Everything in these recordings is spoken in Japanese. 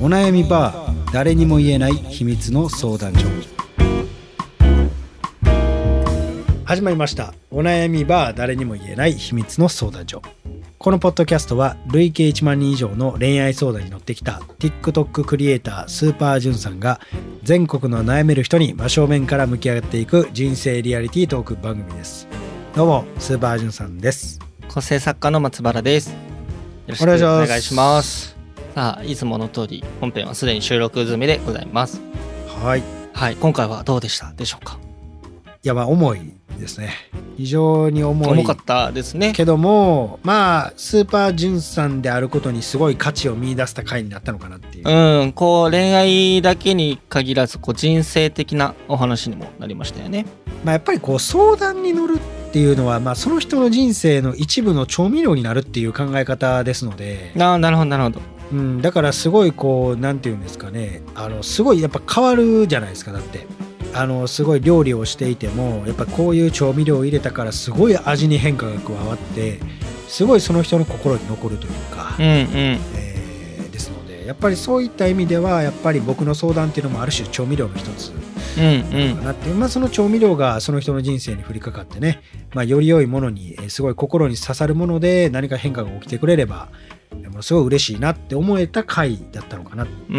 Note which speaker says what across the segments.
Speaker 1: お悩みバー誰にも言えない秘密の相談所始まりましたお悩みバー誰にも言えない秘密の相談所このポッドキャストは累計1万人以上の恋愛相談に乗ってきた TikTok クリエイタースーパージュンさんが全国の悩める人に真正面から向き合っていく人生リアリティトーク番組ですどうもスーパージュンさんです
Speaker 2: 構成作家の松原です。よろしく
Speaker 1: お願い
Speaker 2: お
Speaker 1: します
Speaker 2: 願いします。さあ、いつもの通り、本編はすでに収録済みでございます。
Speaker 1: はい
Speaker 2: はい、今回はどうでしたでしょうか。
Speaker 1: いやまあ重いですね非常に重い
Speaker 2: 重かったですね。
Speaker 1: けどもまあスーパージュンさんであることにすごい価値を見出した回になったのかなっていう、
Speaker 2: うん、こう恋愛だけに限らず、こう人生的なお話にもなりましたよね。
Speaker 1: まあ、やっぱりこう相談に乗るっていうのは、まあ、その人の人生の一部の調味料になるっていう考え方ですので、
Speaker 2: ああ、なるほど、なるほど。
Speaker 1: うん、だからすごいこうなんていうんですかねあのすごいやっぱ変わるじゃないですかだってあのすごい料理をしていてもやっぱこういう調味料を入れたからすごい味に変化が加わってすごいその人の心に残るというか
Speaker 2: うん、、うん。
Speaker 1: えーですのでやっぱりそういった意味ではやっぱり僕の相談っていうのもある種調味料の一つ
Speaker 2: うんう
Speaker 1: か
Speaker 2: ん
Speaker 1: なっていう、まあ、その調味料がその人の人生に降りかかってね、まあ、より良いものにえーすごい心に刺さるもので何か変化が起きてくれればえーものすごい嬉しいなって思えた回だったのかな
Speaker 2: うんう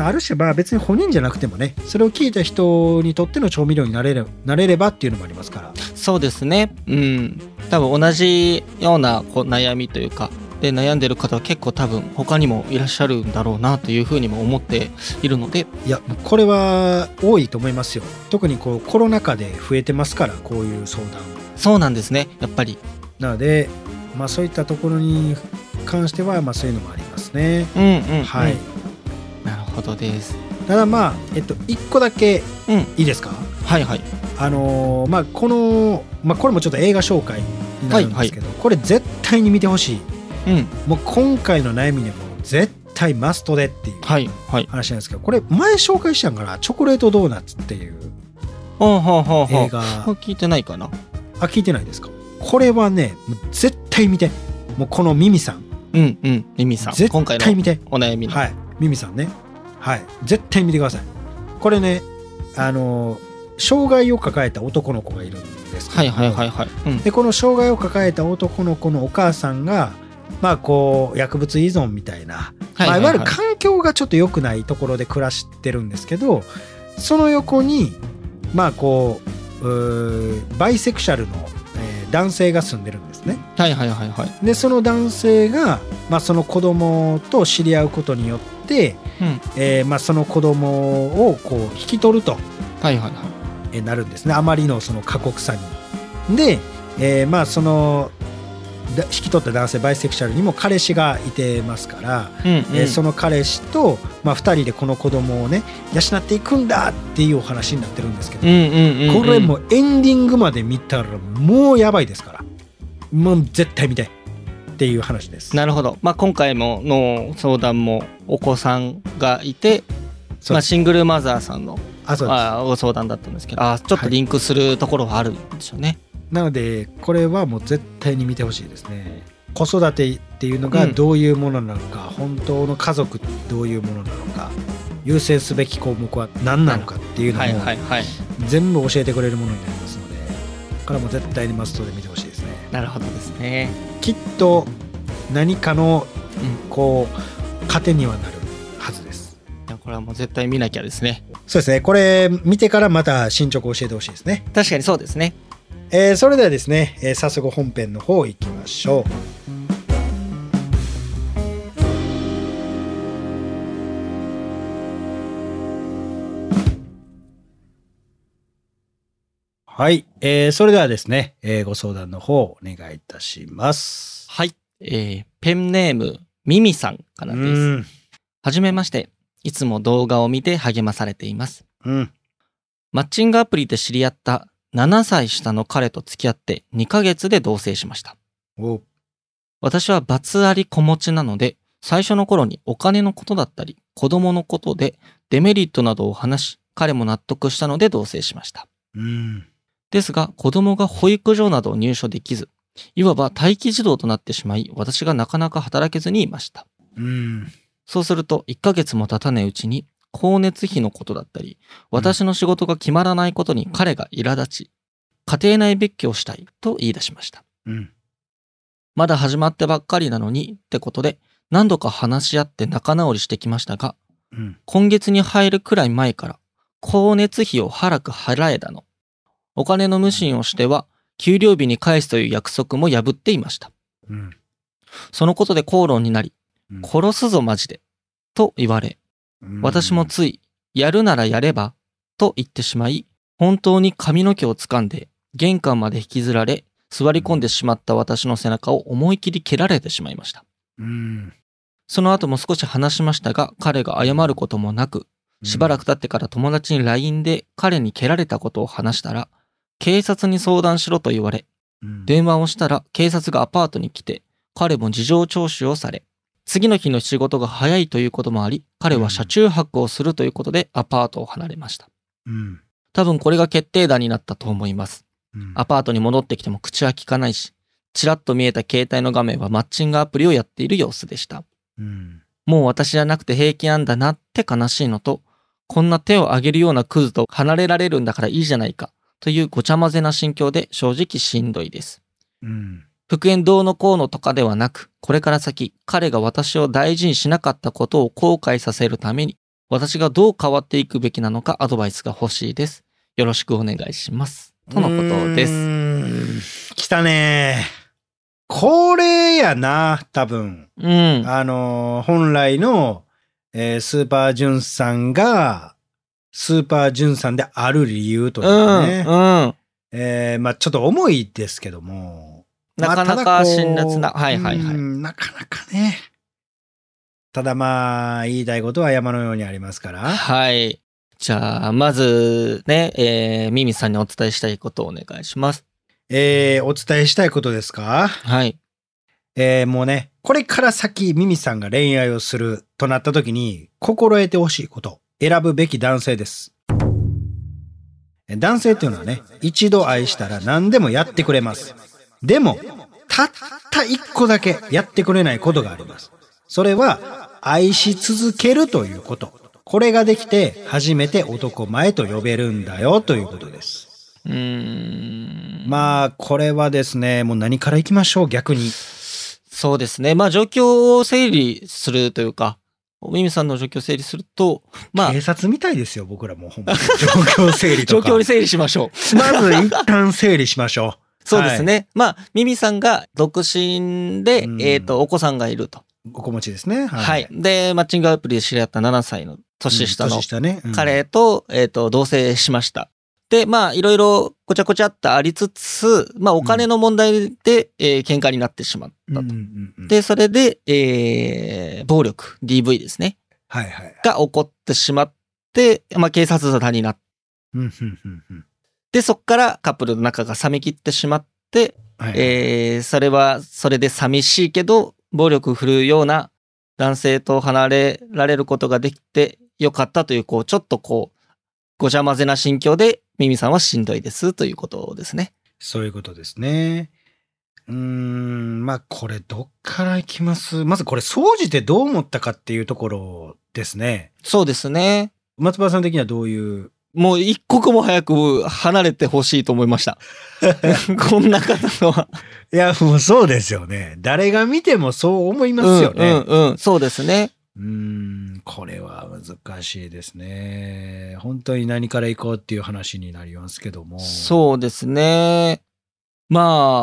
Speaker 2: ん
Speaker 1: ある種まあ別に本人じゃなくてもねそれを聞いた人にとっての調味料になれれなれればっていうのもありますから
Speaker 2: そうですねうん多分同じようなこう悩みというかで悩んでる方は結構多分他にもいらっしゃるんだろうなというふうにも思っているので
Speaker 1: いやこれは多いと思いますよ特にこうコロナ禍で増えてますからこういう相談
Speaker 2: そうなんですねやっぱり
Speaker 1: なので、まあ、そういったところに関しては、まあ、そういうのもありますね。
Speaker 2: うんうん、うん
Speaker 1: はい、
Speaker 2: なるほどです
Speaker 1: ただまあ、えっと、1個だけ
Speaker 2: うん
Speaker 1: いいですか、
Speaker 2: はいはい
Speaker 1: あのーまあ、この、まあ、これもちょっと映画紹介になるんですけど、これ絶対に見てほしい
Speaker 2: うん
Speaker 1: もう今回の悩みにも絶対マストでっていう
Speaker 2: はいはい
Speaker 1: 話なんですけどこれ前紹介したんかな「チョコレートドーナツ」っていう
Speaker 2: ほうほうほうほ
Speaker 1: 映
Speaker 2: う
Speaker 1: 画
Speaker 2: これ聞いてないかな
Speaker 1: あ聞いてないですかこれはねもう絶対見てもうこのミミさん
Speaker 2: うんうんミミさん今
Speaker 1: 絶
Speaker 2: 回
Speaker 1: 対
Speaker 2: の
Speaker 1: 見て
Speaker 2: お悩みの、
Speaker 1: はい、ミミさんね、はい、絶対見てください。これね、あの障害を抱えた男の子がいるんですけど
Speaker 2: はいはいはいはいうん
Speaker 1: でこの障害を抱えた男の子のお母さんが、まあ、こう薬物依存みたいな、
Speaker 2: はい
Speaker 1: まあ
Speaker 2: はいい
Speaker 1: わ
Speaker 2: は
Speaker 1: ゆる
Speaker 2: い
Speaker 1: 環境がちょっと良くないところで暮らしてるんですけどその横に、まあ、こううーバイセクシャルの、えー男性が住んでるんですね。
Speaker 2: はいはいはいはい
Speaker 1: でその男性が、まあ、その子供と知り合うことによって、
Speaker 2: うん
Speaker 1: えーまあ、その子供をこう引き取ると
Speaker 2: はいはいはい
Speaker 1: えーなるんですねあまりのその過酷さに。で、えーまあ、そのだ引き取った男性バイセクシャルにも彼氏がいてますから、
Speaker 2: うん
Speaker 1: え
Speaker 2: う
Speaker 1: ー
Speaker 2: ん
Speaker 1: その彼氏と、まあ、2人でこの子供をね養っていくんだっていうお話になってるんですけど
Speaker 2: う、んうんうんうん
Speaker 1: これもうエンディングまで見たらもうやばいですからもう絶対見てっていう話です。
Speaker 2: なるほど、まあ、今回もの相談もお子さんがいて、
Speaker 1: そう
Speaker 2: まあ、シングルマザーさんの
Speaker 1: あそうです
Speaker 2: あご相談だったんですけどあちょっ
Speaker 1: は
Speaker 2: と
Speaker 1: い
Speaker 2: リンクするところはあるんでしょうね。
Speaker 1: なのでこれはもう絶対に見てほしいですね子育てっていうのが
Speaker 2: うん
Speaker 1: どういうものなのか、本当の家族ってどういうものなのか優先すべき項目は何なのかっていうのも
Speaker 2: はいはいはい
Speaker 1: 全部教えてくれるものになりますのでこれはもう絶対にマストで見てほしいですね
Speaker 2: なるほどですね。
Speaker 1: きっと何かの
Speaker 2: う
Speaker 1: こう糧にはなるはずです
Speaker 2: いやこれはもう絶対見なきゃですね。
Speaker 1: そうですねこれ見てからまた進捗を教えてほしいですね
Speaker 2: 確かにそうですね。
Speaker 1: えーそれではですね、えー早速本編の方行きましょうはい、えーそれではですね、えーご相談の方お願いいたします
Speaker 2: はい、えーペンネームミミさんから
Speaker 1: う
Speaker 2: です。
Speaker 1: ん
Speaker 2: はじめましていつも動画を見て励まされています。
Speaker 1: うん
Speaker 2: マッチングアプリで知り合った7歳下の彼と付き合って2ヶ月で同棲しました。
Speaker 1: お
Speaker 2: 私はバツあり子持ちなので、最初の頃にお金のことだったり、子供のことでデメリットなどを話し、彼も納得したので同棲しました。
Speaker 1: うん
Speaker 2: ですが、子供が保育所などを入所できず、いわば待機児童となってしまい、私がなかなか働けずにいました。
Speaker 1: うん
Speaker 2: そうすると1ヶ月も経たないうちに光熱費のことだったり私の仕事が決まらないことに彼が苛立ち家庭内別居をしたいと言い出しました
Speaker 1: うん。
Speaker 2: まだ始まってばっかりなのにってことで何度か話し合って仲直りしてきましたが
Speaker 1: うん。
Speaker 2: 今月に入るくらい前から光熱費を腹く払えだのお金の無心をしては給料日に返すという約束も破っていました
Speaker 1: うん。
Speaker 2: そのことで口論になり
Speaker 1: うん
Speaker 2: 殺すぞマジでと言われ
Speaker 1: うん
Speaker 2: 私もつい、やるならやれば、と言ってしまい、本当に髪の毛を掴んで、玄関まで引きずられ、座り込んでしまった私の背中を思い切り蹴られてしまいました。
Speaker 1: うん。
Speaker 2: その後も少し話しましたが、彼が謝ることもなく、しばらく経ってから友達に LINE で彼に蹴られたことを話したら、警察に相談しろと言われ、
Speaker 1: うん、
Speaker 2: 電話をしたら警察がアパートに来て彼も事情聴取をされ次の日の仕事が早いということもあり彼は車中泊をするということでアパートを離れました
Speaker 1: うん。
Speaker 2: 多分これが決定打になったと思います
Speaker 1: うん
Speaker 2: アパートに戻ってきても口は聞かないしちらっと見えた携帯の画面はマッチングアプリをやっている様子でした
Speaker 1: うん。
Speaker 2: もう私じゃなくて平気なんだなって悲しいのとこんな手を挙げるようなクズと離れられるんだからいいじゃないかというごちゃ混ぜな心境で正直しんどいです
Speaker 1: うん。
Speaker 2: 復縁どうのこうのとかではなく、これから先、彼が私を大事にしなかったことを後悔させるために、私がどう変わっていくべきなのかアドバイスが欲しいです。よろしくお願いします。とのことで
Speaker 1: う
Speaker 2: す。
Speaker 1: ーん。来たねこれやな、多分。
Speaker 2: うん。
Speaker 1: あのー本来の、えースーパージュンさんが、スーパージュンさんである理由という
Speaker 2: う
Speaker 1: か
Speaker 2: ん。
Speaker 1: ね。
Speaker 2: うん。
Speaker 1: えーまあちょっと重いですけども。
Speaker 2: なかな
Speaker 1: まあた
Speaker 2: か
Speaker 1: だこう
Speaker 2: 辛辣な。はいはいは
Speaker 1: う
Speaker 2: い。
Speaker 1: んなかなかね。ただまあ、言いたいことは山のようにありますから。
Speaker 2: はい。じゃあ、まずね、えー、ミミさんにお伝えしたいことをお願いします。
Speaker 1: えーお伝えしたいことですか
Speaker 2: はい。
Speaker 1: えーもうね、これから先、ミミさんが恋愛をするとなった時に、心得てほしいこと、選ぶべき男性です。え男性っていうのはね、一度愛したら何でもやってくれます。でも、たった一個だけやってくれないことがあります。それは、愛し続けるということ。これができて、初めて男前と呼べるんだよ、ということです。
Speaker 2: うーん。
Speaker 1: まあ、これはですね、もう何から行きましょう、逆に。
Speaker 2: そうですね。まあ、状況を整理するというか、ミミさんの状況を整理すると、まあ
Speaker 1: 警、察みたいですよ、僕らもうほんまに。状況整理と
Speaker 2: 状
Speaker 1: か。
Speaker 2: 況に整理しましょう。
Speaker 1: まず一旦整理しましょ
Speaker 2: そうですね。まあ、ミミさんが独身で、
Speaker 1: うん
Speaker 2: えっ、と、お子さんがいると。
Speaker 1: う。お子持ちですね。
Speaker 2: はい、で、マッチングアプリで知り合った7歳の年下
Speaker 1: うん
Speaker 2: の
Speaker 1: 年下ね。うん、
Speaker 2: 彼と、えっ、と、同棲しました。で、まあ、いろいろごちゃごちゃっとありつつ、まあ、お金の問題で、えー喧嘩になってしまっ
Speaker 1: うん
Speaker 2: た
Speaker 1: う
Speaker 2: と。
Speaker 1: んうん、
Speaker 2: で、それで、えー暴力、DV ですね。
Speaker 1: はいはい。
Speaker 2: が起こってしまって、まあ、警察沙汰になって、
Speaker 1: うんうんうんうん
Speaker 2: で、そっからカップルの仲が冷めきってしまって、
Speaker 1: はい
Speaker 2: えーそれはそれで寂しいけど暴力振るうような男性と離れられることができてよかったというこうちょっとこうごちゃ混ぜな心境でミミさんはしんどいですということですね。
Speaker 1: そういうことですね。うーん、まあこれどっから行きますまずこれ、総じてどう思ったかっていうところですね。
Speaker 2: そうですね。
Speaker 1: 松原さん的にはどういう。
Speaker 2: もう一刻も早 く離れてほしいと思いました。こんな方とは。
Speaker 1: いや、もうそうですよね。誰が見てもそう思いま
Speaker 2: うんうんうん。そうですね。
Speaker 1: うーん、これは難しいですね。本当に何から行こうっていう話になりますけども。
Speaker 2: そうですね。まあ、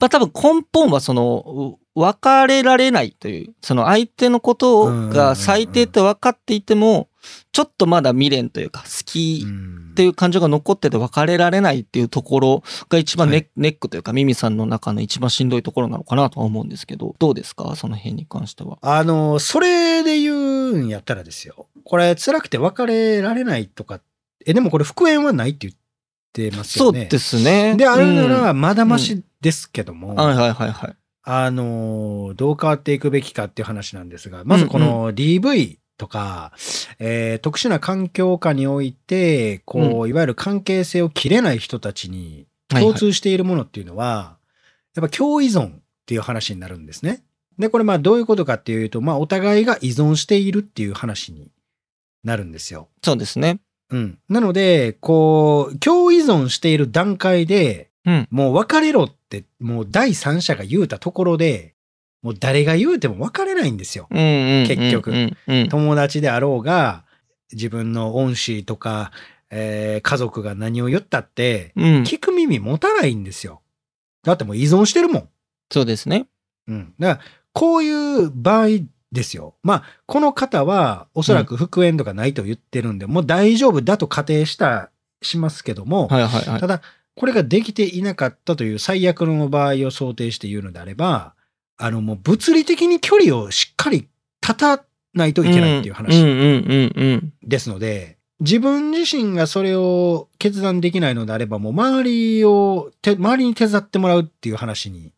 Speaker 2: まあ多分根本はその、う別れられないという、その相手のこと
Speaker 1: うんうん
Speaker 2: を
Speaker 1: うんうん
Speaker 2: が最低って分かっていても、ちょっとまだ未練というか、好き
Speaker 1: ん
Speaker 2: っていう感情が残ってて別れられないっていうところが一番ネ,、
Speaker 1: はい
Speaker 2: ネックというか、ミミさんの中の一番しんどいところなのかなとは思うんですけど、どうですかその辺に関しては。
Speaker 1: あの、それで言うんやったらですよ。これ辛くて別れられないとか。え、でもこれ復縁はないって言ってます
Speaker 2: そ
Speaker 1: よ
Speaker 2: う
Speaker 1: ね。。
Speaker 2: ですすね。
Speaker 1: で、あるな
Speaker 2: うん
Speaker 1: らまだましですけども、
Speaker 2: はいはいはいはい。
Speaker 1: あの、どう変わっていくべきかっていう話なんですが、まずこの DV とか、えー特殊な環境下において、こう、いわゆる関係性を切れない人たちに
Speaker 2: はい
Speaker 1: 共
Speaker 2: はい
Speaker 1: 通しているものっていうのは、やっぱ共依存っていう話になるんですね。で、これまあどういうことかっていうと、まあお互いが依存しているっていう話になるんですよ。
Speaker 2: そうですね。
Speaker 1: うん。なので、こう、共依存している段階で、
Speaker 2: うん
Speaker 1: もう別れろって、もう第三者が言うたところで、もう誰が言うても別れないんですよ。
Speaker 2: うんうんうん
Speaker 1: 結局
Speaker 2: うんうん
Speaker 1: 友達であろうが、自分の恩師とか、えー家族が何を言ったって、
Speaker 2: うん、
Speaker 1: 聞く耳持たないんですよ。だってもう依存してるもん。
Speaker 2: そうですね。
Speaker 1: うん。だから、こういう場合ですよ。まあ、この方は、おそらく復縁とかないと言ってるんで、もう大丈夫だと仮定した、しますけども、
Speaker 2: はいはいはい
Speaker 1: た。だ、これができていなかったという最悪の場合を想定して言うのであれば、あの、もう物理的に距離をしっかり立たないといけないっていう
Speaker 2: うん
Speaker 1: 話
Speaker 2: うんうんうん
Speaker 1: ですので、自分自身がそれを決断できないのであれば、もう周りを、て周りに手伝ってもらうっていう話に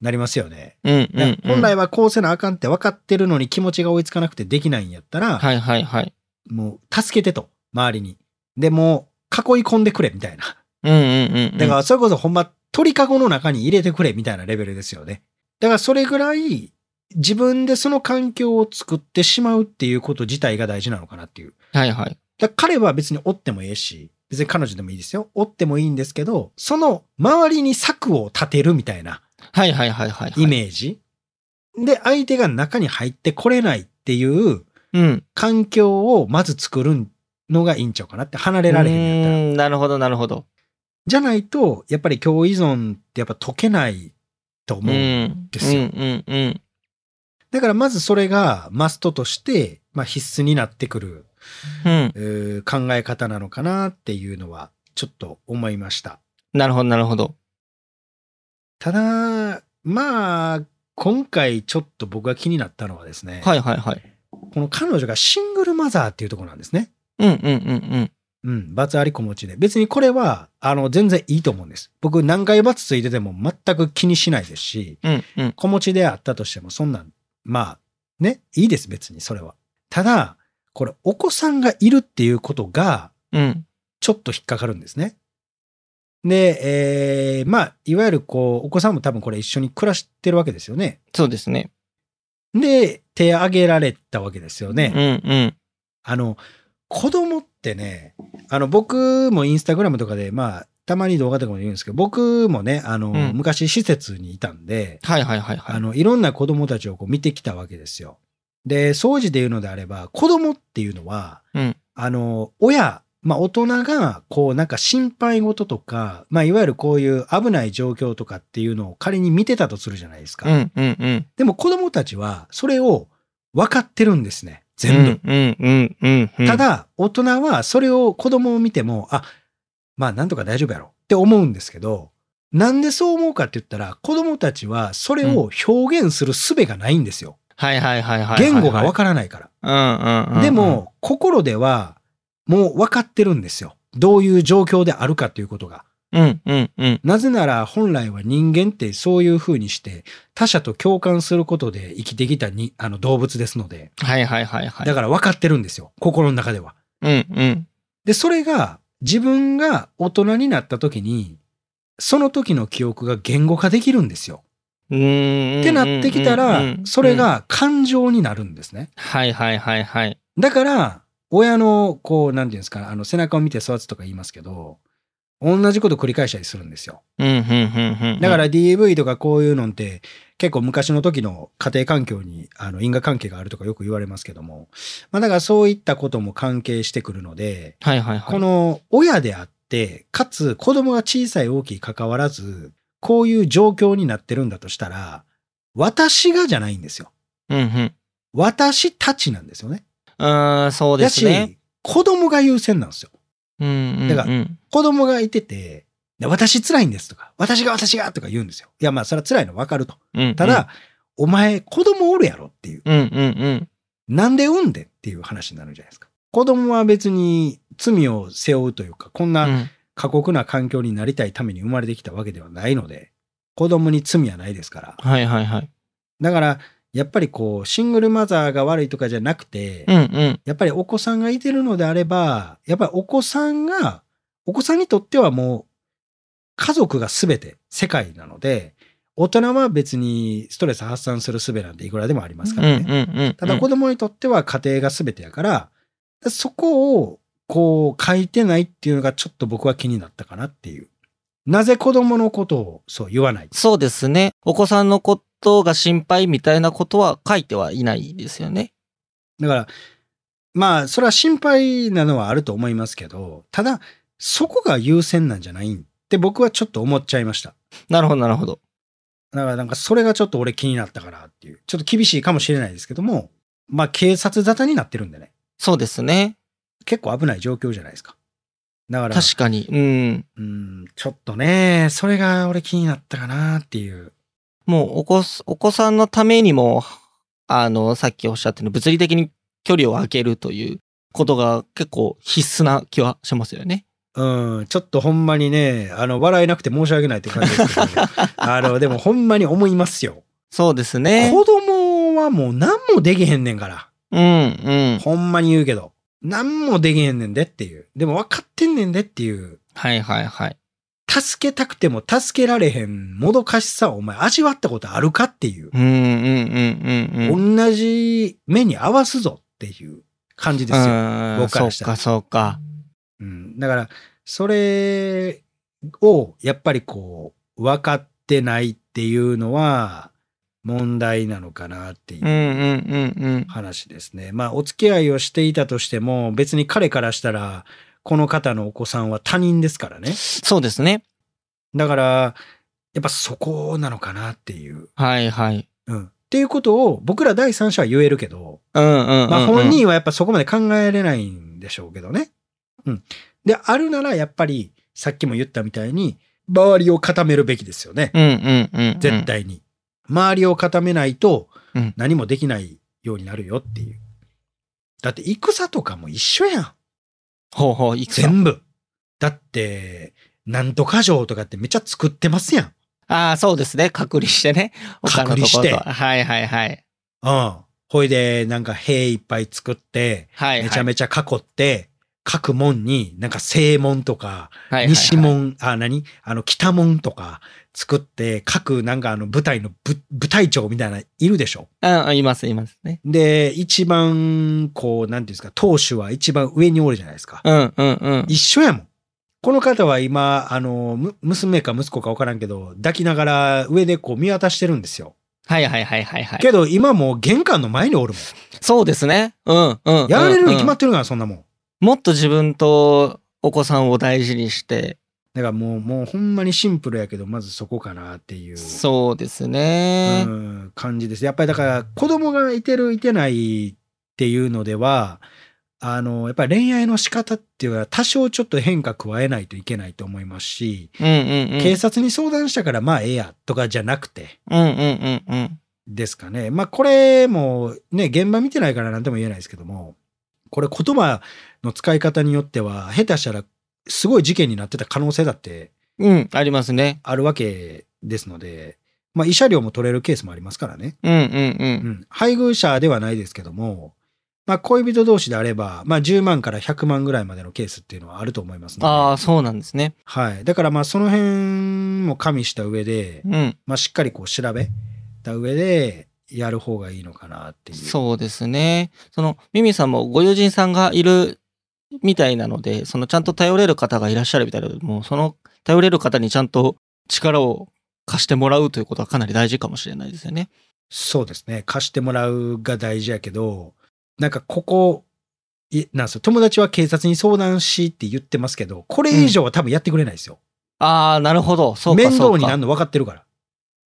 Speaker 1: なりますよね。
Speaker 2: うんうんうんうん。
Speaker 1: 本来はこうせなあかんって分かってるのに気持ちが追いつかなくてできないんやったら、
Speaker 2: はいはいはい。
Speaker 1: もう助けてと、周りに。で、もう囲い込んでくれみたいな。
Speaker 2: うんうんうんうん。
Speaker 1: だからそれこそほんま鳥かごの中に入れてくれみたいなレベルですよね。だからそれぐらい自分でその環境を作ってしまうっていうこと自体が大事なのかなっていう。
Speaker 2: はいはい。
Speaker 1: だから彼は別に追ってもいいし、別に彼女でもいいですよ。追ってもいいんですけど、その周りに策を立てるみたいな
Speaker 2: はいはいはいはいはい。
Speaker 1: イメージ。で、相手が中に入ってこれないっていう
Speaker 2: うん。
Speaker 1: 環境をまず作るのがいいんちゃうかなって。離れられへんやったら。
Speaker 2: うんなるほどなるほど。
Speaker 1: じゃないと、やっぱり共依存ってやっぱ解けないと思う。
Speaker 2: ん
Speaker 1: ですよ
Speaker 2: うんうんうん。
Speaker 1: だからまずそれがマストとして、まあ、必須になってくる、
Speaker 2: うん。
Speaker 1: えー考え方なのかなっていうのはちょっと思いました。
Speaker 2: なるほどなるほど。
Speaker 1: ただ、まあ、今回ちょっと僕が気になったのはですね、
Speaker 2: はいはいはい。
Speaker 1: この彼女がシングルマザーっていうところなんですね。
Speaker 2: うんうんうん
Speaker 1: うん、罰あり子持ちで。別にこれは、あの、全然いいと思うんです。僕何回罰ついてても全く気にしないですし、
Speaker 2: うん。うんうん。
Speaker 1: 子持ちであったとしても、そんなん、まあ、ね、いいです、別に、それは。ただ、これ、お子さんがいるっていうことが、
Speaker 2: うん。
Speaker 1: ちょっと引っかかるんですね。で、えーまあ、いわゆる、こう、お子さんも多分これ一緒に暮らしてるわけですよね。
Speaker 2: そうですね。
Speaker 1: で、手挙げられたわけですよね。
Speaker 2: うんうん。
Speaker 1: あの、子供ってね、あの、僕もインスタグラムとかで、まあ、たまに動画とかも言うんですけど、僕もね、あの、
Speaker 2: うん
Speaker 1: 昔施設にいたんで、
Speaker 2: はいはいはいは
Speaker 1: あ
Speaker 2: い。
Speaker 1: の、いろんな子供たちをこう見てきたわけですよ。で、掃除で言うのであれば、子供っていうのは、
Speaker 2: うん
Speaker 1: あの、親、まあ大人が、こうなんか心配事とか、まあいわゆるこういう危ない状況とかっていうのを仮に見てたとするじゃないですか。
Speaker 2: うんうんうん。
Speaker 1: でも子供たちは、それを分かってるんですね。全部。
Speaker 2: うんうんうんうん。
Speaker 1: た、だ、大人はそれを子供を見ても、あ、まあなんとか大丈夫やろって思うんですけど、なんでそう思うかって言ったら、子供たちはそれを表現する術がないんですよ。
Speaker 2: はいはいはいはい。
Speaker 1: 言語がわか
Speaker 2: か
Speaker 1: らないから。
Speaker 2: うんうんうん。
Speaker 1: で、も、心ではもう分かってるんですよ。どういう状況であるかということが。
Speaker 2: うんうんうん。
Speaker 1: なぜなら本来は人間ってそういう風にして他者と共感することで生きてきたにあの動物ですので、
Speaker 2: はいはいはいはい。
Speaker 1: だから分かってるんですよ。心の中では。
Speaker 2: うんうん。
Speaker 1: で、それが自分が大人になった時に、その時の記憶が言語化できるんですよ。
Speaker 2: うーん。
Speaker 1: ってなってきたら
Speaker 2: うんうんうんう、ん
Speaker 1: それ。が感情になるんですね。
Speaker 2: はいはいはいはい。
Speaker 1: だから、親の、こう、なんていうんですか、あの、背中を見て育つとか言いますけど、同じこと繰り返したりするんですよ。
Speaker 2: うんうんうんうん。
Speaker 1: だから DV とかこういうのって、結構昔の時の家庭環境に、あの、因果関係があるとかよく言われますけども、まあだからそういったことも関係してくるので、
Speaker 2: はいはいはい。
Speaker 1: この親であって、かつ子供が小さい大きい関わらず、こういう状況になってるんだとしたら、私がじゃないんですよ。
Speaker 2: うんうん。
Speaker 1: 私たちなんですよね。
Speaker 2: うーん、そうです
Speaker 1: だ
Speaker 2: ね。
Speaker 1: し、子供が優先なんですよ。
Speaker 2: うんうんうん。
Speaker 1: だから子供がいてて、で私辛いんですとか、私が私がとか言うんですよ。いや、まあそれは辛いの分かると。
Speaker 2: うん、
Speaker 1: ただ、お前子供おるやろっていう。
Speaker 2: うん、うんうん
Speaker 1: なんで産んでっていう話になるじゃないですか。子供は別に罪を背負うというか、こん
Speaker 2: う
Speaker 1: な、
Speaker 2: ん。
Speaker 1: 過酷な環境になりたいために生まれてきたわけではないので、子供に罪はないですから。
Speaker 2: はいはいはい。
Speaker 1: だから、やっぱりこう、シングルマザーが悪いとかじゃなくて、
Speaker 2: うんうん。
Speaker 1: やっぱりお子さんがいてるのであれば、やっぱりお子さんが、お子さんにとってはもう、家族が全て世界なので、大人は別にストレス発散する術なんていくらでもあります
Speaker 2: う
Speaker 1: か
Speaker 2: んう
Speaker 1: らね。
Speaker 2: んうんうん。
Speaker 1: ただ子供にとっては家庭が全てやから、そこをこう書いてないっていうのがちょっと僕は気になったかなっていう。なぜ子供のことをそう言わない
Speaker 2: そうですね。お子さんのことが心配みたいなことは書いてはいないですよね。
Speaker 1: だから、まあ、それは心配なのはあると思いますけど、ただ、そこが優先なんじゃないんって僕はちょっと思っちゃいました。
Speaker 2: なるほど、なるほど。
Speaker 1: だからなんかそれがちょっと俺気になったからっていう。ちょっと厳しいかもしれないですけども、まあ警察沙汰になってるんでね。
Speaker 2: そうですね。
Speaker 1: 結構危ない状況じゃないですか。だから、
Speaker 2: 確かに。うん。
Speaker 1: うん、ちょっとね、それが俺気になったかなっていう。
Speaker 2: もうお子す、お子さんのためにも、あの、さっきおっしゃってる物理的に距離を空けるということが結構必須な気はしますよね。
Speaker 1: うん、ちょっとほんまにね、あの、笑えなくて申し訳ないって感じですけど、 あの、でもほんまに思いますよ。
Speaker 2: そうですね。
Speaker 1: 子供はもう何もできへんねんから。
Speaker 2: うん、うん。
Speaker 1: ほんまに言うけど。何もできへんねんでっていう。でも分かってんねんでっていう。
Speaker 2: はいはいはい。
Speaker 1: 助けたくても助けられへんもどかしさをお前味わったことあるかっていう。
Speaker 2: うん、うん、うん、うん、うん。
Speaker 1: 同じ目に合わすぞっていう感じですよ。
Speaker 2: うん
Speaker 1: 僕からし
Speaker 2: そ
Speaker 1: た
Speaker 2: う
Speaker 1: ら
Speaker 2: か、そうか。
Speaker 1: うん、だから、それをやっぱりこう、分かってないっていうのは問題なのかなっていう
Speaker 2: うん、うん、うん、うん。
Speaker 1: 話ですね。まあ、お付き合いをしていたとしても、別に彼からしたら、この方のお子さんは他人ですからね。
Speaker 2: そうですね。
Speaker 1: だから、やっぱそこなのかなっていう。
Speaker 2: はいはい。
Speaker 1: うん。っていうことを僕ら第三者は言えるけど、
Speaker 2: うんうんうん、うん。
Speaker 1: まあ本人はやっぱそこまで考えれないんでしょうけどね。うん。で、あるならやっぱりさっきも言ったみたいに、周りを固めるべきですよね。
Speaker 2: うんうんうんうん。
Speaker 1: 絶。対に。周りを固めないと
Speaker 2: うん
Speaker 1: 何もできないようになるよっていう。だって戦とかも一緒やん。
Speaker 2: ほうほう、いくつ
Speaker 1: 全部。だって、なんとか城とかってめっちゃ作ってますやん。
Speaker 2: ああ、そうですね。隔離してね。他の
Speaker 1: 隔離
Speaker 2: ところ
Speaker 1: して
Speaker 2: と。はいはいはい。
Speaker 1: うん。ほいで、なんか兵いっぱい作って、
Speaker 2: はい、はい。
Speaker 1: めちゃめちゃ囲って、各門になんか正門とか、
Speaker 2: はいはいはい
Speaker 1: 西。門、あ、何あの、北門とか作って、各なんかあの部隊の部部隊長みたいな、いるでしょ
Speaker 2: うんうん、います、いますね。
Speaker 1: で、一番、こう、なんていうんですか、当主は一番上におるじゃないですか。
Speaker 2: うんうんうん。
Speaker 1: 一緒やもん。この方は今、あの、む娘か息子かわからんけど、抱きながら上でこう見渡してるんですよ。
Speaker 2: はいはいはいはいはい。
Speaker 1: けど今もう玄関の前におるもん。
Speaker 2: そうですね。うんうんうん。
Speaker 1: やられるに決まっ
Speaker 2: っ
Speaker 1: てるから、そんなもん。
Speaker 2: もっと自分とお子さんを大事にして。
Speaker 1: だからもう、もうほんまにシンプルやけど、まずそこかなっていう。
Speaker 2: そうですね
Speaker 1: う。ん感じです。やっぱりだから子供がいてるいてないっていうのでは、あの、やっぱり恋愛の仕方っていうのは多少ちょっと変化加えないといけないと思いますし、
Speaker 2: うんうんうん。
Speaker 1: 警察に相談したからまあええやとかじゃなくて
Speaker 2: うんうんうんうん。
Speaker 1: ですかね。まあこれもね、現場見てないから何とも言えないですけども、これ言葉の使い方によっては下手したらすごい事件になってた可能性だって
Speaker 2: うん、ありますね。
Speaker 1: あるわけですので、まあ慰謝料も取れるケースもありますからね。
Speaker 2: うんうんう。
Speaker 1: うんん、配偶者ではないですけども、まあ、恋人同士であれば、まあ、10万から100万ぐらいまでのケースっていうのはあると思いますので、
Speaker 2: ああ、そうなんですね。
Speaker 1: はい、だからまあその辺も加味した上で
Speaker 2: う、ん。
Speaker 1: まあ、しっかりこう調べた上でやる方がいいのかなっていう。
Speaker 2: そうですね。その、ミミさんもご友人さんがいるみたいなので、そのちゃんと頼れる方がいらっしゃるみたいなので、もうその頼れる方にちゃんと力を貸してもらうということはかなり大事かもしれないですよね。
Speaker 1: そうですね貸してもらうが大事やけどなんかここいなんですよ友達は警察に相談しって言ってますけどこれ以上は多分やってくれないですよ。
Speaker 2: ああ、なるほど。そうか、
Speaker 1: 面
Speaker 2: そ
Speaker 1: 倒
Speaker 2: う
Speaker 1: にな
Speaker 2: か
Speaker 1: る。の分かってるから。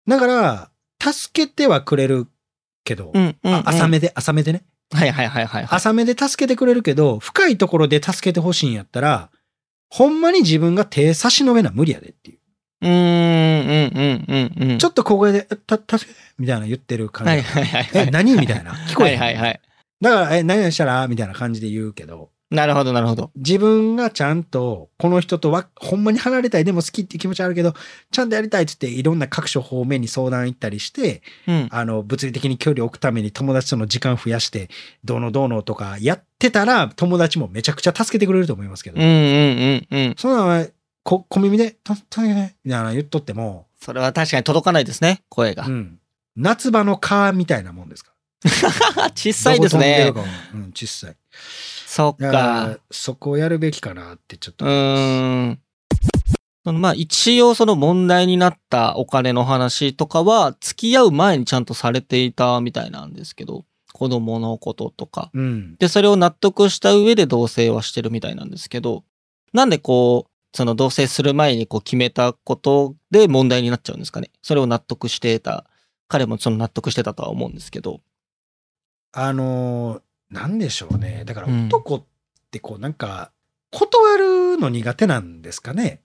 Speaker 1: だから、助けてはくれるけど、
Speaker 2: うん、うん、うん
Speaker 1: あ浅。めで、浅めでね。
Speaker 2: はいはいはいはい、はい。
Speaker 1: 浅めで助けてくれるけど、深いところで助けてほしいんやったら、ほんまに自分が手差し伸べな無理やでっていう。
Speaker 2: うーん、うん、うん、うん、うん。
Speaker 1: ちょ
Speaker 2: っ
Speaker 1: っと小声で、た、助けてみたいな言ってる感
Speaker 2: は
Speaker 1: じ。
Speaker 2: いはいはいはい。
Speaker 1: え、何みたいな。聞こえへん
Speaker 2: はいはいはい。
Speaker 1: だから、え、何々したらみたいな感じで言うけど、
Speaker 2: なるほど、なるほど。
Speaker 1: 自分がちゃんと、この人とは、ほんまに離れたい、でも好きっていう気持ちはあるけど、ちゃんとやりたいって言って、いろんな各所方面に相談行ったりして、
Speaker 2: うん。
Speaker 1: あの、物理的に距離を置くために友達との時間増やして、どうのどうのとかやってたら、友達もめちゃくちゃ助けてくれると思いますけど、
Speaker 2: うん、うん、うん、うん。
Speaker 1: そんなのは、こ小耳で、た、たね、みたいなの言っとっても、
Speaker 2: それは確かに届かないですね、声が
Speaker 1: う。ん。夏場の蚊みたいなもんですか
Speaker 2: 小さいです
Speaker 1: ど
Speaker 2: ね。
Speaker 1: こ飛んでるかもうん、小さい。
Speaker 2: そっ
Speaker 1: だから
Speaker 2: か。、
Speaker 1: そこをやるべきかなってちょっと
Speaker 2: う
Speaker 1: 思いま
Speaker 2: ーん。そのまあ一応その問題になったお金の話とかは付き合う前にちゃんとされていたみたいなんですけど、子供のこととか。
Speaker 1: す。うん。
Speaker 2: で、それを納得した上で同棲はしてるみたいなんですけど、なんでこう、その同棲する前にこう決めたことで問題になっちゃうんですかね。それを納得してた。彼もその納得してたとは思うんですけど。
Speaker 1: あのーなんでしょうね。だから
Speaker 2: うん
Speaker 1: 男ってこうなんか、断るの苦手なんですかね。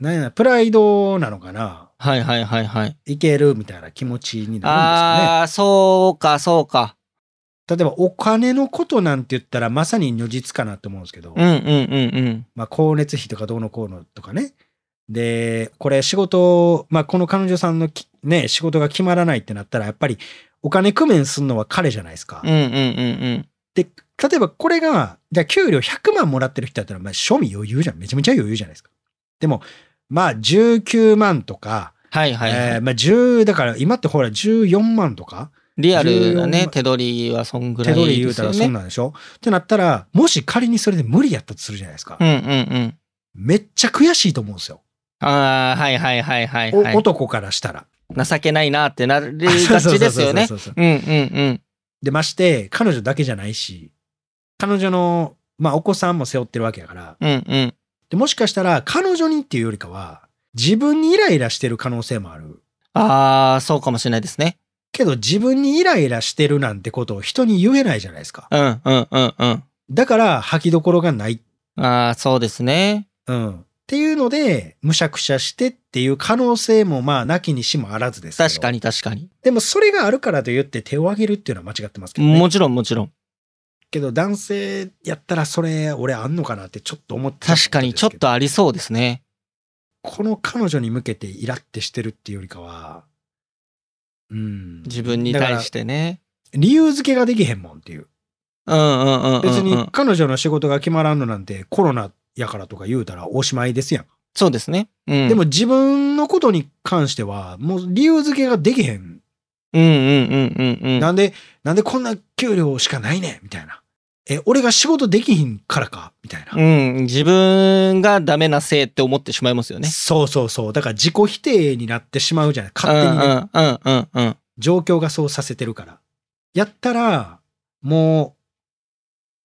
Speaker 1: なんや、プライドなのかな。
Speaker 2: はいはいはいはい。
Speaker 1: いけるみたいな気持ちになるんですかね。
Speaker 2: ああー、そうかそうか。
Speaker 1: 例えばお金のことなんて言ったらまさに如実かなと思うんですけど、
Speaker 2: うんうんうんうん。
Speaker 1: まあ光熱費とかどうのこうのとかね。で、これ仕事、まあこの彼女さんのきね、仕事が決まらないってなったらやっぱりお金工面するのは彼じゃないですか。
Speaker 2: うんうんうんうん。
Speaker 1: で、例えばこれが、じゃあ給料100万もらってる人だったら、まあ、賞味余裕じゃん。めちゃめちゃ余裕じゃないですか。でも、まあ、19万とか、
Speaker 2: はいはい、はい
Speaker 1: えーまあ、10、だから今ってほら、14万とか、
Speaker 2: リアルな
Speaker 1: 14
Speaker 2: ね
Speaker 1: 万、
Speaker 2: 手取りはそんぐら
Speaker 1: 手
Speaker 2: いです
Speaker 1: 取
Speaker 2: よね。
Speaker 1: り言うたらそんなんでしょってなったら、もし仮にそれで無理やったとするじゃないですか。
Speaker 2: うんうん
Speaker 1: めっちゃ悔しいと思うんですよ。
Speaker 2: うん。ああ、はいはいはいはい、
Speaker 1: お
Speaker 2: はい。
Speaker 1: 男からしたら。
Speaker 2: 情けないなってな り
Speaker 1: そう
Speaker 2: が
Speaker 1: そう
Speaker 2: ち
Speaker 1: そ
Speaker 2: で
Speaker 1: う
Speaker 2: す
Speaker 1: そう
Speaker 2: よね。
Speaker 1: そうそう
Speaker 2: うんうんうん。
Speaker 1: で、まして、彼女だけじゃないし、彼女の、まあ、お子さんも背負ってるわけやから、
Speaker 2: うんうん。
Speaker 1: でもしかしたら彼女にっていうよりかは自分にイライラしてる可能性もある
Speaker 2: ああ、そうかもしれないですね。
Speaker 1: けど自分にイライラしてるなんてことを人に言えないじゃないですか
Speaker 2: うんうんうんうん。
Speaker 1: だから吐きどころがない、
Speaker 2: ああ、そうですね。
Speaker 1: うん、っていうのでむしゃくしゃしてっていう可能性もまあなきにしもあらずですけど
Speaker 2: 確かに確かに。
Speaker 1: でもそれがあるからと言って手を挙げるっていうのは間違ってますけど、ね、
Speaker 2: もちろんもちろん。
Speaker 1: けど男性やったらそれ俺あんのかなってちょっと思ってたんです
Speaker 2: 確
Speaker 1: けど
Speaker 2: かにちょっとありそうですね。
Speaker 1: この彼女に向けてイラってしてるっていうよりかはうん
Speaker 2: 自分に
Speaker 1: だから
Speaker 2: 対してね。
Speaker 1: 理由付けができへんもんっていう。
Speaker 2: うんうんうんうん、うん。
Speaker 1: 別に彼女の仕事が決まらんのなんてコロナやからとか言うたらおしまいですやん。
Speaker 2: そうですね。うん。
Speaker 1: でも、自分のことに関してはもう理由付けができへん。
Speaker 2: うんうんうんうんうん。
Speaker 1: なんで、なんでこんな給料しかないねんみたいな。え、俺が仕事できひんからかみたいな。
Speaker 2: うん、自分がダメなせいって思ってしまいますよね。
Speaker 1: そうそうそう。だから自己否定になってしまうじゃない。勝手にね、
Speaker 2: うんうんうんうんうん。
Speaker 1: 状況がそうさせてるから。やったら、も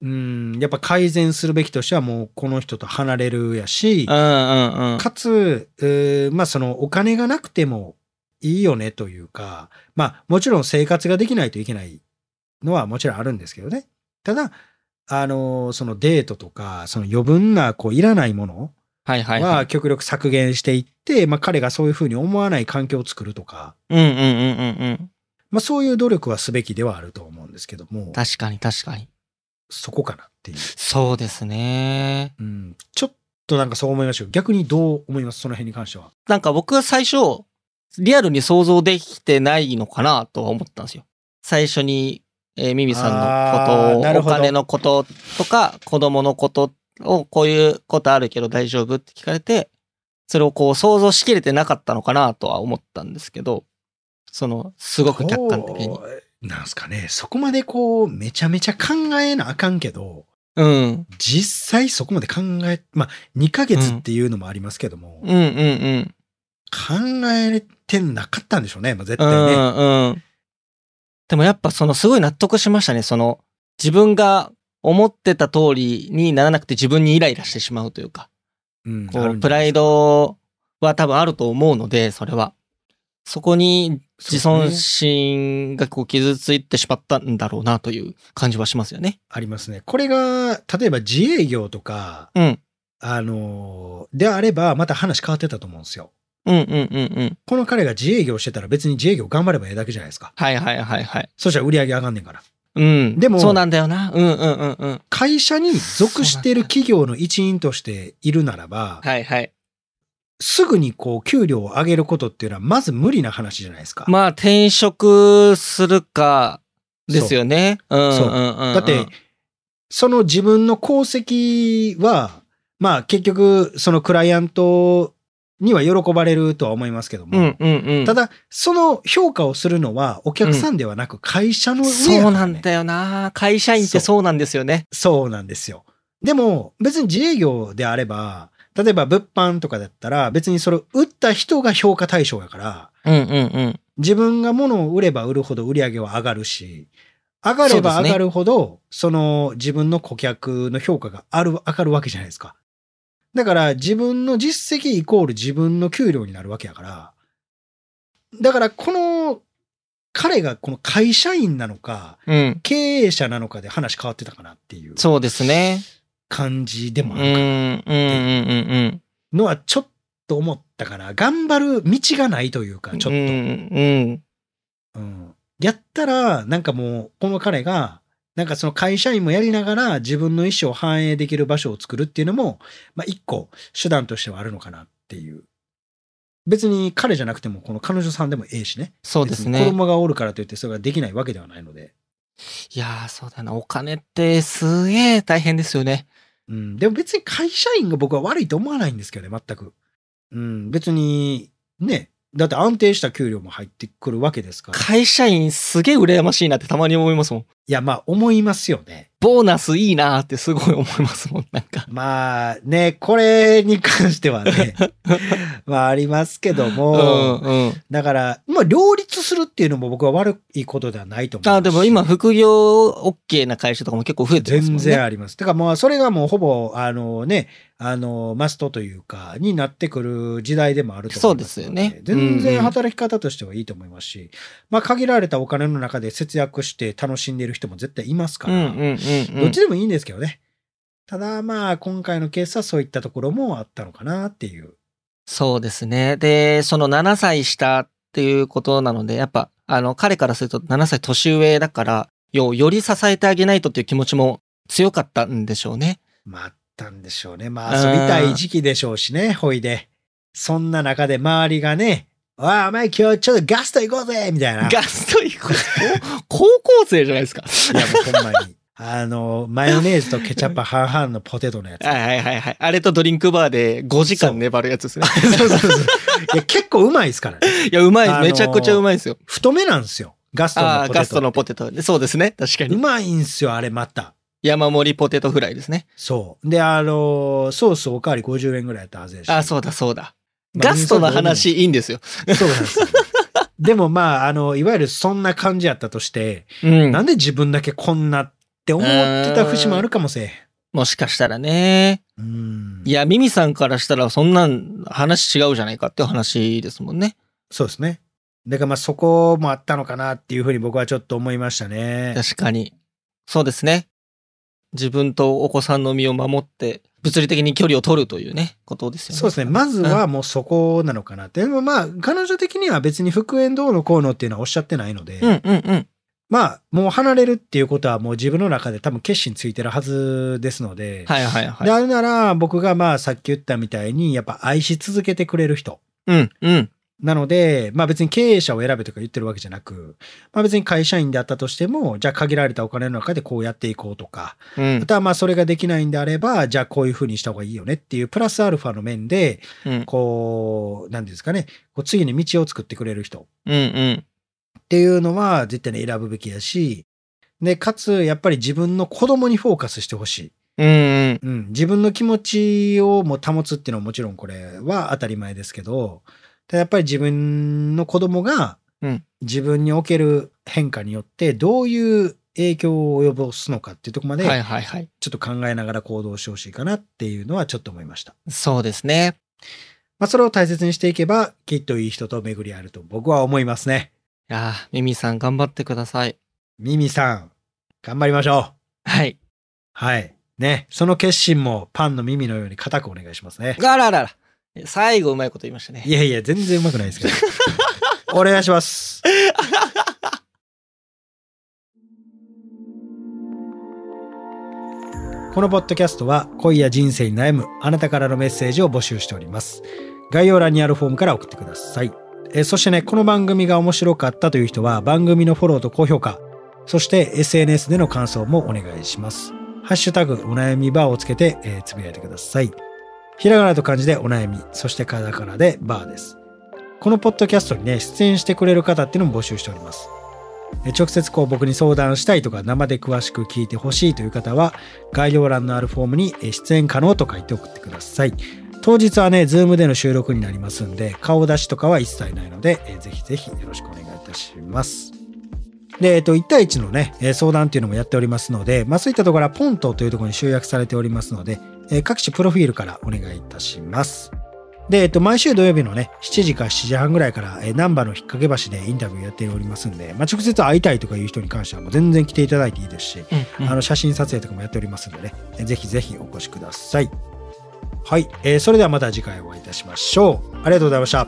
Speaker 1: う、うん、やっぱ改善するべきとしてはもうこの人と離れるやし、
Speaker 2: うんうんうん。
Speaker 1: かつ、えーまあそのお金がなくてもいいよねというか、まあもちろん生活ができないといけないのはもちろんあるんですけどね。ただ、あのーそのデートとか、その余分なこういらないもの
Speaker 2: はいはいは。
Speaker 1: はい極力削減していって、まあ彼がそういうふうに思わない環境を作るとか、
Speaker 2: うんうんうんうん
Speaker 1: まあそういう努力はすべきではあると思うんですけど
Speaker 2: う
Speaker 1: も
Speaker 2: ん。、確かに確かに。
Speaker 1: そこかなっていう。
Speaker 2: そうですね。
Speaker 1: うん、ちょっとなんかそう思いましたけど、逆にどう思いますその辺に関しては。
Speaker 2: なんか僕は最初、リアルに想像できてないのかなとは思ったんですよ。最初に、えーミミさんの
Speaker 1: あーなる
Speaker 2: ことを、お
Speaker 1: ほど
Speaker 2: 金のこととか、子供のことを、こういうことあるけど大丈夫って聞かれて、それをこう想像しきれてなかったのかなとは思ったんですけど、その、すごく客観的に
Speaker 1: こ。うなんすかね、そこまでこう、めちゃめちゃ考えなあかんけど、
Speaker 2: うん。
Speaker 1: 実際そこまで考え、まあ、2ヶ月っていうのもありますけども、
Speaker 2: うんうんうん。
Speaker 1: 考えてなかったんでしょうね、まあ、絶
Speaker 2: う
Speaker 1: 対ね。
Speaker 2: んうん。でもやっぱそのすごい納得しましたね。その自分が思ってた通りにならなくて自分にイライラしてしまうというか、
Speaker 1: うん
Speaker 2: こ
Speaker 1: ある
Speaker 2: うん
Speaker 1: じ
Speaker 2: プ
Speaker 1: ゃ
Speaker 2: ラ
Speaker 1: ない
Speaker 2: イドは多分あると思うので、それは。そこに自尊心がこう傷ついてしまったんだろうなという感じはしますよね。
Speaker 1: ありますね。これが、例えば自営業とか、
Speaker 2: うん。
Speaker 1: あのーであれば、また話変わってたと思うんですよ。
Speaker 2: うんうんうんうん。
Speaker 1: この彼が自営業してたら別に自営業頑張ればええだけじゃないですか。
Speaker 2: はいはいはいはい。
Speaker 1: そしたら売り上げ上がんねんから。
Speaker 2: うん。
Speaker 1: でも
Speaker 2: そうなんだよな。うんうんうんうん。
Speaker 1: 会社に属してる企業の一員としているならば、
Speaker 2: はいはい。
Speaker 1: すぐにこう給料を上げることっていうのはまず無理な話じゃないですか。
Speaker 2: まあ転職するかですよね。うんうんうん
Speaker 1: そう
Speaker 2: うん。
Speaker 1: だって、その自分の功績は、まあ結局そのクライアントには喜ばれるとは思いますけども、
Speaker 2: うんうんうん。
Speaker 1: ただ、その評価をするのはお客さんではなく会社の上やからね
Speaker 2: そうなんだよな。会社員ってそうなんですよね。
Speaker 1: そうなんですよ。でも、別に自営業であれば、例えば物販とかだったら、別にそれを売った人が評価対象やから、
Speaker 2: うんうんうん。
Speaker 1: 自分が物を売れば売るほど売り上げは上がるし、上がれば
Speaker 2: そうですね
Speaker 1: 上がるほど、そ,、の自分の顧客の評価がある、上がるわけじゃないですか。だから自分の実績イコール自分の給料になるわけやから、だからこの、彼がこの会社員なのか、
Speaker 2: うん。
Speaker 1: 経営者なのかで話変わってたかなっていう
Speaker 2: そうですね。
Speaker 1: 感じで
Speaker 2: う
Speaker 1: も
Speaker 2: ん
Speaker 1: あ
Speaker 2: うん
Speaker 1: るか
Speaker 2: うんうんうん。
Speaker 1: のはちょっと思ったかな。頑張る道がないというか、ちょっと。
Speaker 2: うんうん。
Speaker 1: うんやったら、なんかもう、この彼が、なんかその会社員もやりながら自分の意思を反映できる場所を作るっていうのも、まあ一個手段としてはあるのかなっていう。別に彼じゃなくても、この彼女さんでもええしね。
Speaker 2: そうです
Speaker 1: 別に子
Speaker 2: ね。
Speaker 1: 供がおるからといってそれができないわけではないので。
Speaker 2: いやー、そうだよな。お金ってすげえ大変ですよね。
Speaker 1: うん。でも別に会社員が僕は悪いと思わないんですけどね、全く。うん。別に、ね。だって安定した給料も入ってくるわけですから。い
Speaker 2: 会社員すげえ羨ましいなってたまに思いますもん。
Speaker 1: や、まあ思いますよね。
Speaker 2: ボーナスいいなーってすごい思いますもん。なんか。
Speaker 1: まあね、これに関しては ね、まあありますけど
Speaker 2: う
Speaker 1: も、
Speaker 2: んうん。
Speaker 1: だから、まあ両立するっていうのも僕は悪いことではないと思うし。
Speaker 2: あでも今、副業 OK な会社とかも結構増えてますもん
Speaker 1: 全
Speaker 2: ね。
Speaker 1: 然あります。だからまあそれがもうほぼ、あのね、あの、マストというか、になってくる時代でもあると思いますの
Speaker 2: そうですよね
Speaker 1: 全
Speaker 2: うんう
Speaker 1: 然
Speaker 2: ん
Speaker 1: 働き方としてはいいと思いますし、まあ限られたお金の中で節約して楽しんでいる人も絶対いますから、
Speaker 2: うんうんうん、う
Speaker 1: ど
Speaker 2: ん
Speaker 1: っち。でもいいんですけどね。ただまあ今回のケースはそういったところもあったのかなっていう。
Speaker 2: そうですね。で、その7歳下っていうことなので、やっぱ、あの、彼からすると7歳年上だから、よ、より支えてあげないとっていう気持ちも強かったんでしょうね。
Speaker 1: まあ、あったんでしょうね。まあ、遊びたい時期でしょうしね、ほいで。そんな中で周りがね、わあ、お前今日ちょっとガスト行こうぜみたいな。いや、
Speaker 2: ガスト行く。 高校生じゃな いですか。
Speaker 1: もうほんまに。あの、マヨネーズとケチャップ半々のポテトのやつ。
Speaker 2: はいはいはいはい。あれとドリンクバーで5時
Speaker 1: そう
Speaker 2: 間粘るやつですね。
Speaker 1: そうそうそう。いや、結構うまいですからね。
Speaker 2: いや、うまい、
Speaker 1: あのー
Speaker 2: めちゃくちゃうまいですよ。
Speaker 1: 太めなんですよ。ガストのポ
Speaker 2: あ
Speaker 1: テ
Speaker 2: あー、
Speaker 1: ト。
Speaker 2: ガストのポテト。そうですね。確か
Speaker 1: う
Speaker 2: に。
Speaker 1: まいんすよ、あれまた。
Speaker 2: 山盛りポテトフライですね。
Speaker 1: そう。で、あの、ソースおかわり50円ぐらいやったはずやし。
Speaker 2: あ、そうだそうだ。
Speaker 1: まあ
Speaker 2: ガストの話いいんですよ。
Speaker 1: そうなんですよ。でもまあ、あの、いわゆるそんな感じやったとして、
Speaker 2: うん
Speaker 1: なんで自分だけこんなって思ってた節もあるかもせえ
Speaker 2: もしかしたらね。
Speaker 1: へん。うん
Speaker 2: いや、ミミさんからしたらそんなん話違うじゃないかっていう話ですもんね。
Speaker 1: そうですね。だからまあそこもあったのかなっていうふうに僕はちょっと思いましたね。
Speaker 2: 確かに。そうですね。自分とお子さんの身を守って、物理的に距離を取るというね、ことですよね。
Speaker 1: そうですね。まずはもうそこなのかなって。でもまあ、彼女的には別に復縁どうのこうのっていうのはおっしゃってないので、
Speaker 2: うんうんうん。
Speaker 1: まあ、もう離れるっていうことはもう自分の中で多分決心ついてるはずですので、
Speaker 2: はいはいはい
Speaker 1: で。あるなら僕がまあさっき言ったみたいに、やっぱ愛し続けてくれる人。
Speaker 2: うんうん。
Speaker 1: なので、まあ別に経営者を選べとか言ってるわけじゃなく、まあ別に会社員であったとしても、じゃあ限られたお金の中でこうやっていこうとか、
Speaker 2: う
Speaker 1: ま
Speaker 2: ん。
Speaker 1: たはまあそれができないんであれば、じゃあこういうふうにした方がいいよねっていうプラスアルファの面で、
Speaker 2: うん
Speaker 1: こう、なんていうんですかね、こう次に道を作ってくれる人
Speaker 2: うんうん。
Speaker 1: っていうのは絶対に選ぶべきやし、で、かつやっぱり自分の子供にフォーカスしてほしい。
Speaker 2: うんうん。
Speaker 1: うん、自分の気持ちをもう保つっていうのはもちろんこれは当たり前ですけど、ただやっぱり自分の子供が
Speaker 2: うん
Speaker 1: 自分における変化によってどういう影響を及ぼすのかっていうところまで
Speaker 2: はいはいはい。
Speaker 1: ちょっと考えながら行動してほしいかなっていうのはちょっと思いました。
Speaker 2: そうですね。
Speaker 1: まあそれを大切にしていけばきっといい人と巡り合えると僕は思いますね。
Speaker 2: いやーミミさん頑張ってください。
Speaker 1: ミミさん、頑張りましょう。
Speaker 2: はい。
Speaker 1: はい。ね。その決心もパンの耳のように固くお願いしますね。
Speaker 2: あららら。最後うまいこと言いましたね。
Speaker 1: いやいや、全然うまくないですけど。お 願いします。このポッドキャストは恋や人生に悩むあなたからのメッセージを募集しております。概要欄にあるフォームから送ってください。えーそしてね、この番組が面白かったという人は番組のフォローと高評価、そして SNS での感想もお願いします。ハッシュタグお悩みバーをつけて、えーつぶやいてください。ひらがなと漢字でお悩み、そしてカタカナでバーです。このポッドキャストにね、出演してくれる方っていうのも募集しております。え直接こう僕に相談したいとか生で詳しく聞いてほしいという方は概要欄のあるフォームにえ出演可能と書いて送ってください。当日はね、ズームでの収録になりますんで、顔出しとかは一切ないので、えーぜひぜひよろしくお願いいたします。で、えっと、1対1のね、えー相談っていうのもやっておりますので、まあそういったところはポントというところに集約されておりますので、えー各種プロフィールからお願いいたします。で、えっと、毎週土曜日のね、7時か7時半ぐらいから、えー、難波の引っ掛け橋でインタビューやっておりますんで、まあ直接会いたいとかいう人に関してはもう全然来ていただいていいですし、あの写真撮影とかもやっておりますのでね、えぜひぜひお越しください。はい、えーそれではまた次回お会いいたしましょう。ありがとうございました。